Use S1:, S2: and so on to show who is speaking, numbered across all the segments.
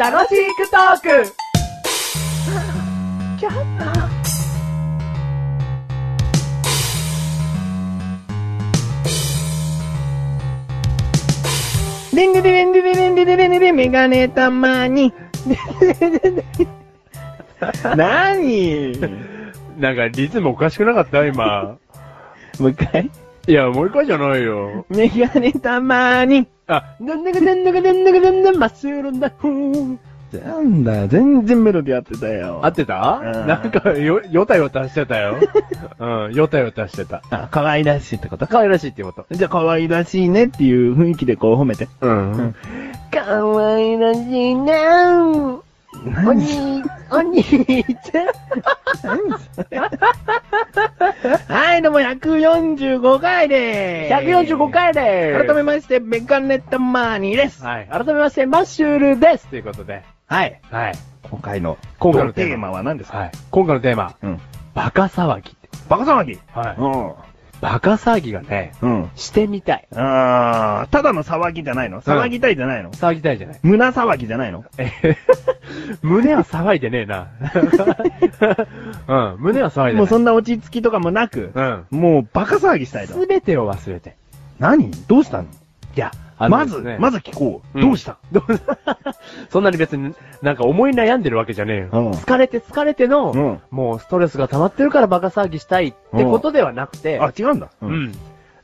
S1: 楽しくトーク
S2: リングリリンリリリンリリリリリメガネたまに。なに
S3: なんかリズムおかしくなかった今。
S2: もう一回。
S3: いや、もう一回じゃないよ。
S2: メガネたまに。
S3: あ、
S2: なんだかなんだかなんだかなんだ、マスロだ。ふーなんだ、全然メロディー合ってたよ。
S3: 合ってた
S2: うん
S3: なんか、よ、よたよたしてた よ。うん、よたよたしてた。
S2: あ、可愛らしいってこと
S3: 可愛らしいってこと。
S2: じゃあ可愛らしいねっていう雰囲気でこう褒めて。
S3: うん。
S2: 可愛らしいなおに、おにーちゃん。はい、どうも145回でーす。
S3: 145回でーす。
S2: 改めまして、メガネタマーニーです。
S3: はい。改めまして、マッシュルですということで。
S2: はい。
S3: はい。
S2: 今回の、
S3: 今回の
S2: テ
S3: テーマ
S2: ーマは何ですか
S3: はい。今回のテーマ、
S2: うん。
S3: バカ騒ぎって。
S2: バカ騒ぎ
S3: はい。
S2: う
S3: バカ騒ぎがね、
S2: ん。うん。
S3: してみたい。
S2: あー、ただの騒ぎじゃないの騒ぎたいじゃないの
S3: 騒ぎたいじゃない。
S2: 胸騒ぎじゃないの
S3: えへへ胸は騒いでねえ な。うん、胸は騒いで
S2: もう
S3: ない。
S2: そんな落ち着きとかもなく、
S3: うん。
S2: もうバカ騒ぎしたいと。
S3: すべてを忘れて。
S2: 何どうしたの
S3: いや、
S2: まず、ま
S3: ず、
S2: ず聞こう。
S3: ん
S2: どうした
S3: どう そんなに別に、なんか思い悩んでるわけじゃねえよ。
S2: うん
S3: 疲れて疲れての、
S2: うん
S3: もうストレスが溜まってるからバカ騒ぎしたいってことではなくて、
S2: あ、違うんだ。う
S3: う。ん。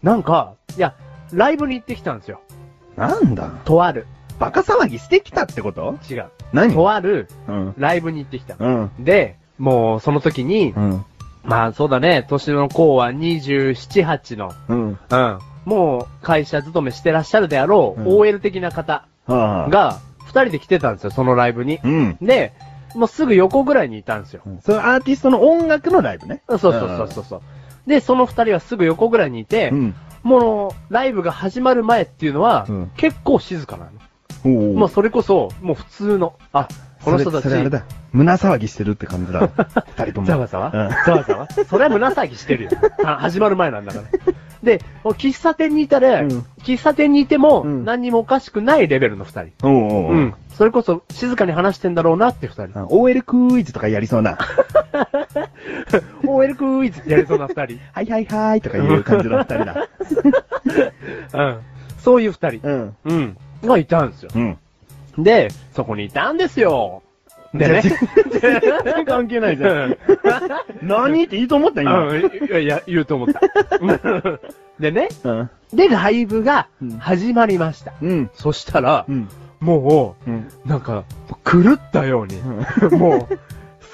S3: なんか、いや、ライブに行ってきたんですよ。
S2: なんだ
S3: とある。
S2: バカ騒ぎしてきたってこと
S3: 違う。
S2: 何
S3: とある
S2: うん。
S3: ライブに行ってきた。
S2: うん。
S3: で、もうその時に
S2: う、ん。
S3: まあそうだね、年の子は27、8の、
S2: うん。
S3: うん。もう会社勤めしてらっしゃるであろう、
S2: うん
S3: OL 的な方
S2: はあ。、
S3: が、二人で来てたんですよ、そのライブに。
S2: うん。
S3: で、もうすぐ横ぐらいにいたんですよ。
S2: それアーティストの音楽のライブね。
S3: そうそうそうそうそう。で、その二人はすぐ横ぐらいにいて、
S2: ん。
S3: もう、ライブが始まる前っていうのは、
S2: うん
S3: 結構静かなの。
S2: おー
S3: もうそれこそ、もう普通の、あ、この人たち、
S2: それそれあれだ。胸騒ぎしてるって感じ だ。二人とも。
S3: ざわざわ
S2: うん
S3: ざわざわそれは胸騒ぎして るよ。あ始まる前なんだから。で、もう喫茶店にいたら、
S2: うん
S3: 喫茶店にいても、
S2: うん
S3: 何にもおかしくないレベルの二人。
S2: おうおう
S3: う
S2: おう。
S3: ん。それこそ静かに話してんだろうなって二人。
S2: あ OL クイズとかやり そうな。
S3: OL クイズってやりそうな二人。
S2: はいはいはいとかいう感じの二人 だ。
S3: うん。そういう二人。
S2: うん。
S3: うん。がいたんですよ。
S2: うん。
S3: で、そこにいたんですよ。でね。
S2: 全然関係ないじゃん。 何っていいと思った今。
S3: うん。いや、いや、言うと思 った。でね。
S2: うん。
S3: で、ライブが始まりました。
S2: うん。
S3: そしたら、
S2: うん。
S3: も
S2: うん。
S3: う、なんか、狂ったように、もう、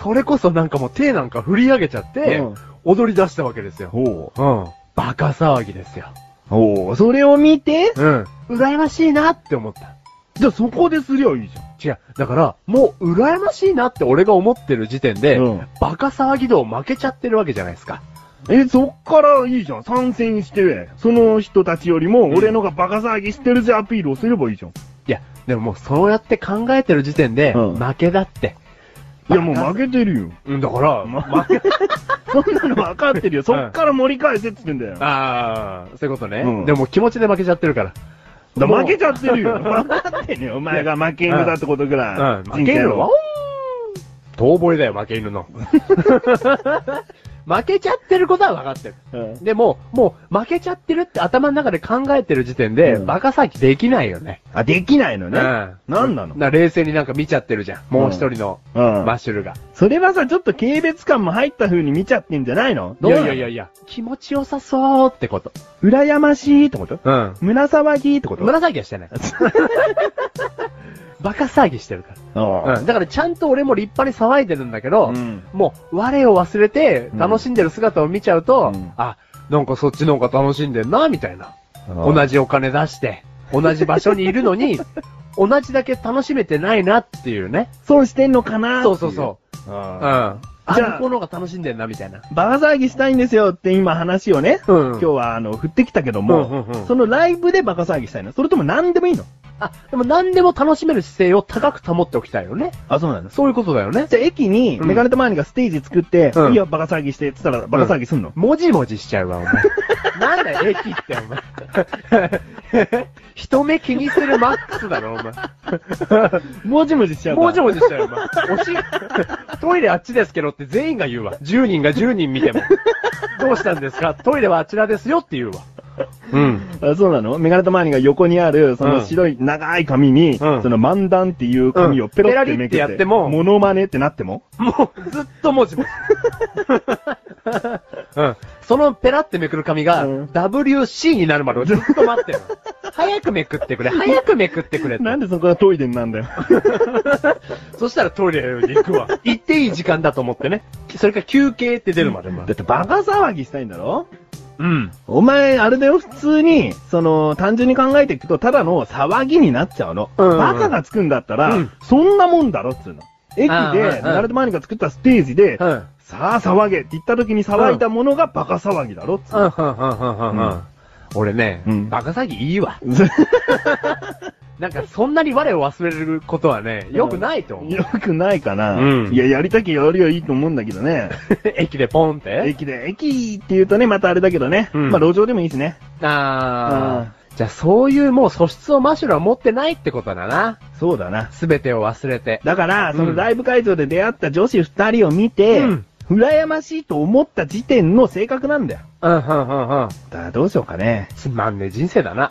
S3: それこそなんかもう手なんか振り上げちゃって、
S2: うん
S3: 踊り出したわけですよ。
S2: ほ
S3: うん。バカ騒ぎですよ。
S2: う。ほう。それを見て、
S3: うん。羨ましいなって思った。
S2: じゃあそこですりゃいいじ
S3: 違う。だから、もう羨ましいなって俺が思ってる時点で、
S2: うん
S3: バカ騒ぎ度を負けちゃってるわけじゃないですか。
S2: ゃん。え、そっからいいじゃん。参戦して、その人たちよりも、
S3: ん
S2: 俺のがバカ騒ぎしてるぜアピールをすればいいじゃん。
S3: いや、でももうそうやって考えてる時点で、
S2: うん
S3: 負けだって。
S2: いや、もう負けてるよ。
S3: うん、だから、負け、
S2: そんなの分かってるよ。そっから盛り返せって言ってんだよ。だか
S3: ああ、そういうことね。
S2: うん
S3: でも気持ちで負けちゃってるから。
S2: ら
S3: もう
S2: 負けちゃってる よ。分かってるよ。お前が負け犬だってことぐらい。
S3: うん、負け犬は、遠吠えだよ、負け 犬の。負けちゃってることは分かってる。
S2: うん
S3: でも、もう負けちゃってるって頭の中で考えてる時点で、
S2: うん
S3: バカさきできないよね。
S2: あ、できないのね。
S3: うん
S2: なんなの
S3: な冷静になんか見ちゃってるじゃん。もう一人の
S2: うん
S3: マッシュルが。
S2: それはさ、ちょっと軽蔑感も入った風に見ちゃってんじゃないのどう
S3: い
S2: な
S3: や
S2: の
S3: いやいやいや、気持ちよさそうってこと。
S2: 羨ましいってこと
S3: うん。
S2: 胸騒ぎってこと
S3: 紫はしてない。バカ騒ぎしてるから。
S2: あ
S3: うん、だからちゃんと俺も立派に騒いでるんだけど、
S2: うん
S3: もう我を忘れて
S2: うん
S3: 楽しんでる姿を見ちゃうと、
S2: うん
S3: あ、なんかそっちの方が楽しんでんな、みたいな。
S2: あ
S3: 同じお金出して、同じ場所にいる のに、同じだけ楽しめてないなっていうね。
S2: 損してんのかな。
S3: そうそうそうう。うん。
S2: あ
S3: あ
S2: じゃあ
S3: の子の方が楽しんでんな、みたいな。
S2: ーバカ騒ぎしたいんですよって今話をね、
S3: うん
S2: 今日はあの、振ってきたけども、
S3: うんうんうん
S2: そのライブでバカ騒ぎしたいのそれとも何でもいいの
S3: あ、でも何でも楽しめる姿勢を高く保っておきたいよね。
S2: あ、そうなんです。
S3: そういうことだよね。
S2: じゃあ駅にメガネとマーニがステージ作って、
S3: うん
S2: いいよ、バカ騒ぎしてって言ったらバカ騒ぎすんの、
S3: もじもじしちゃうわ、お前。なんだよ、駅って、お前。 人目気にするマックスだろ、お前。
S2: もじもじしちゃうから。
S3: もじもじしたよ、今。おし、トイレあっちですけどって全員が言うわ。10人が10人見ても。どうしたんですかトイレはあちらですよって言うわ。うん。
S2: あそうなのメガネとマーニが横にある、その白い長い紙に、
S3: うん
S2: その漫談っていう紙をペロってめくって、
S3: うんペラリってやっても
S2: モノマネってなっても
S3: もう、ずっともじもじ。うん。そのペラってめくる紙が、
S2: うん
S3: WC になるまでずっと待ってる。早くめくってくれ、早くめくってくれって。
S2: なんでそこがトイレになんだよ。
S3: そしたらトイレに行くわ。 行っていい時間だと思ってね。それから休憩って出るまで
S2: だ
S3: ま
S2: っ。てバカ騒ぎしたいんだろ
S3: うん。
S2: お前、あれだよ、普通に、その、単純に考えていくと、ただの騒ぎになっちゃうの。
S3: うんうん
S2: バカがつくんだったら、
S3: うん
S2: そんなもんだろっつうの。駅
S3: あーうんう
S2: で、
S3: ん
S2: ナルトマーニが作ったステージで、
S3: うん。うん、
S2: さあ騒げって言った時に騒いだものがバカ騒ぎだろっつう
S3: うん、う
S2: の。
S3: ん、うん、うん。俺ね、
S2: うん
S3: バカ詐欺いいわ。なんかそんなに我を忘れることはね、良くないと思 う。
S2: よくないかな、
S3: うん
S2: いや、やりたきゃやるよいいと思うんだけどね。
S3: 駅でポンって。
S2: 駅で、駅って言うとね、またあれだけどね。
S3: うん
S2: まあ、路上でもいいしね。
S3: あー。じゃあそういうもう素質をマシュラは持ってないってことだな。
S2: そうだな。
S3: すべてを忘れて。
S2: だから、
S3: うん
S2: そのライブ会場で出会った女子二人を見て、
S3: うん
S2: 羨ましいと思った時点の性格なんだよ。
S3: うん、うん、うん、う
S2: だ
S3: ん。
S2: からどうしようかね。
S3: つまんねえ人生だ な。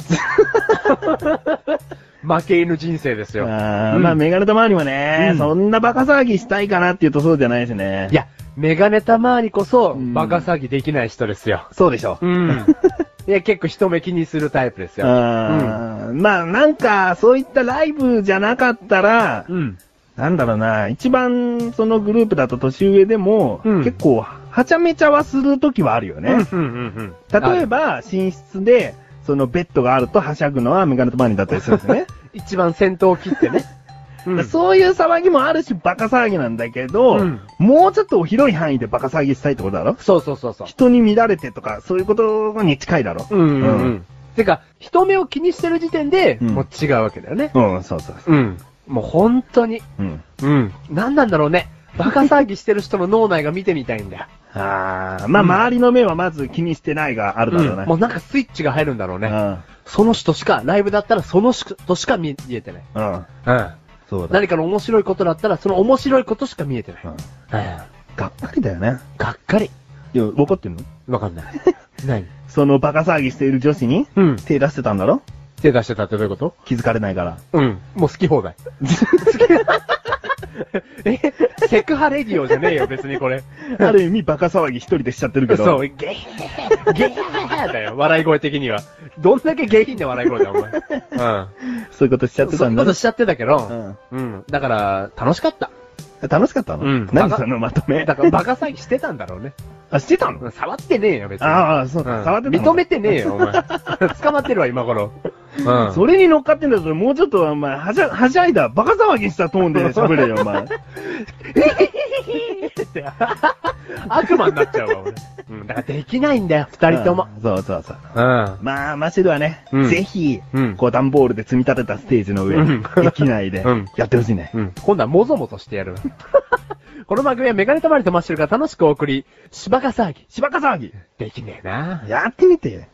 S3: 負け犬人生です
S2: あ
S3: よ。
S2: ー
S3: うん
S2: まあ、メガネと周りもね、
S3: うん
S2: そんなバカ騒ぎしたいかなって言うとそうじゃないしね。
S3: い、や、メガネたまわりこそ、
S2: うん
S3: バカ騒ぎできない人ですよ。
S2: そうでしょ。
S3: うん。 いや、結構人目気にするタイプですよ。
S2: あーまあ、なんか、そういったライブじゃなかったら、
S3: うん。
S2: なんだろうな、一番そのグループだと年上でも、
S3: うん
S2: 結構、はちゃめちゃはするときはあるよね。
S3: うんうんうん。
S2: 例え
S3: ば、
S2: ば、寝室で、そのベッドがあるとはしゃぐのはメガネとマーニーだったりするんですね。
S3: 一番先頭を切ってね。うん
S2: そういう騒ぎもあるし、バカ騒ぎなんだけど、
S3: うん
S2: もうちょっと広い範囲でバカ騒ぎしたいってことだろ
S3: そうそうそうそう。
S2: 人に乱れてとか、そういうことに近いだろ
S3: うんうんう。
S2: うん
S3: てか、人目を気にしてる時点で、
S2: うん
S3: もう違うわけだよね。
S2: うん、そうそうそ
S3: うん。もう本当に。
S2: う。うん。
S3: うん。何なんだろうね。バカ騒ぎしてる人の脳内が見てみたいんだよ。
S2: あーまあ、周りの目はまず気にしてないがあるだろうな。
S3: もうなんかスイッチが入るんだろうね。
S2: ね。
S3: その人しか、ライブだったらその人しか見えてない。
S2: うん。うん。
S3: うん。
S2: そうだ。
S3: 何かの面白いことだったら、その面白いことしか見えてない。
S2: うん
S3: うん。
S2: がっかりだよね。
S3: がっかり。
S2: いや、分かってんの
S3: わかんない。何
S2: そのバカ騒ぎしている女子に
S3: うん。
S2: 手出してたんだろ
S3: 手出してたってどういうこと
S2: 気づかれないから。
S3: うん。もう好き放題。えセクハレディオじゃねえよ、別にこれ。
S2: ある意味バカ騒ぎ一人でしちゃってるけど。
S3: そう、ゲーゲーだよ、笑い声的には。どんだけ下品な笑い声だよ、お前。
S2: そういうことしちゃ
S3: う
S2: っ
S3: ん。
S2: て
S3: そ
S2: た
S3: ん
S2: んだ
S3: なこと
S2: ろ
S3: しちゃってたけ
S2: う
S3: ど、
S2: ん。
S3: うん。だから、楽しかった。
S2: 楽しかったの
S3: うん
S2: 何
S3: バカ
S2: そのまとめ
S3: だ。から、バカ詐欺してたんだろうね。
S2: あ、してたの
S3: 触ってねえよ、別に。
S2: ああ、そう
S3: う
S2: か。
S3: ん
S2: 触ってたの
S3: 認めてねえよ、お 前。捕まってるわ、今頃。うん
S2: それに乗っかってんだったら、もうちょっと、お前、はしゃ、はしゃいだ。バカ騒ぎしたトーンで喋れよ、お前。
S3: って悪魔になっちゃうわ、俺。うん、だからできないんだよ、 二人とも。
S2: うん。そうそうそう。
S3: うん。
S2: まあ、マシルはね
S3: うん、
S2: ぜひ
S3: うん、
S2: こう、段ボールで積み立てたステージの上
S3: うん、
S2: 駅内で
S3: うん、
S2: やってほしいね。
S3: うん。今度はもぞもぞしてやる わ。この番組はメガネたまりとマッシュルが楽しくお送り、しばか騒ぎ。
S2: しばか騒ぎ
S3: できねえな。
S2: やってみて。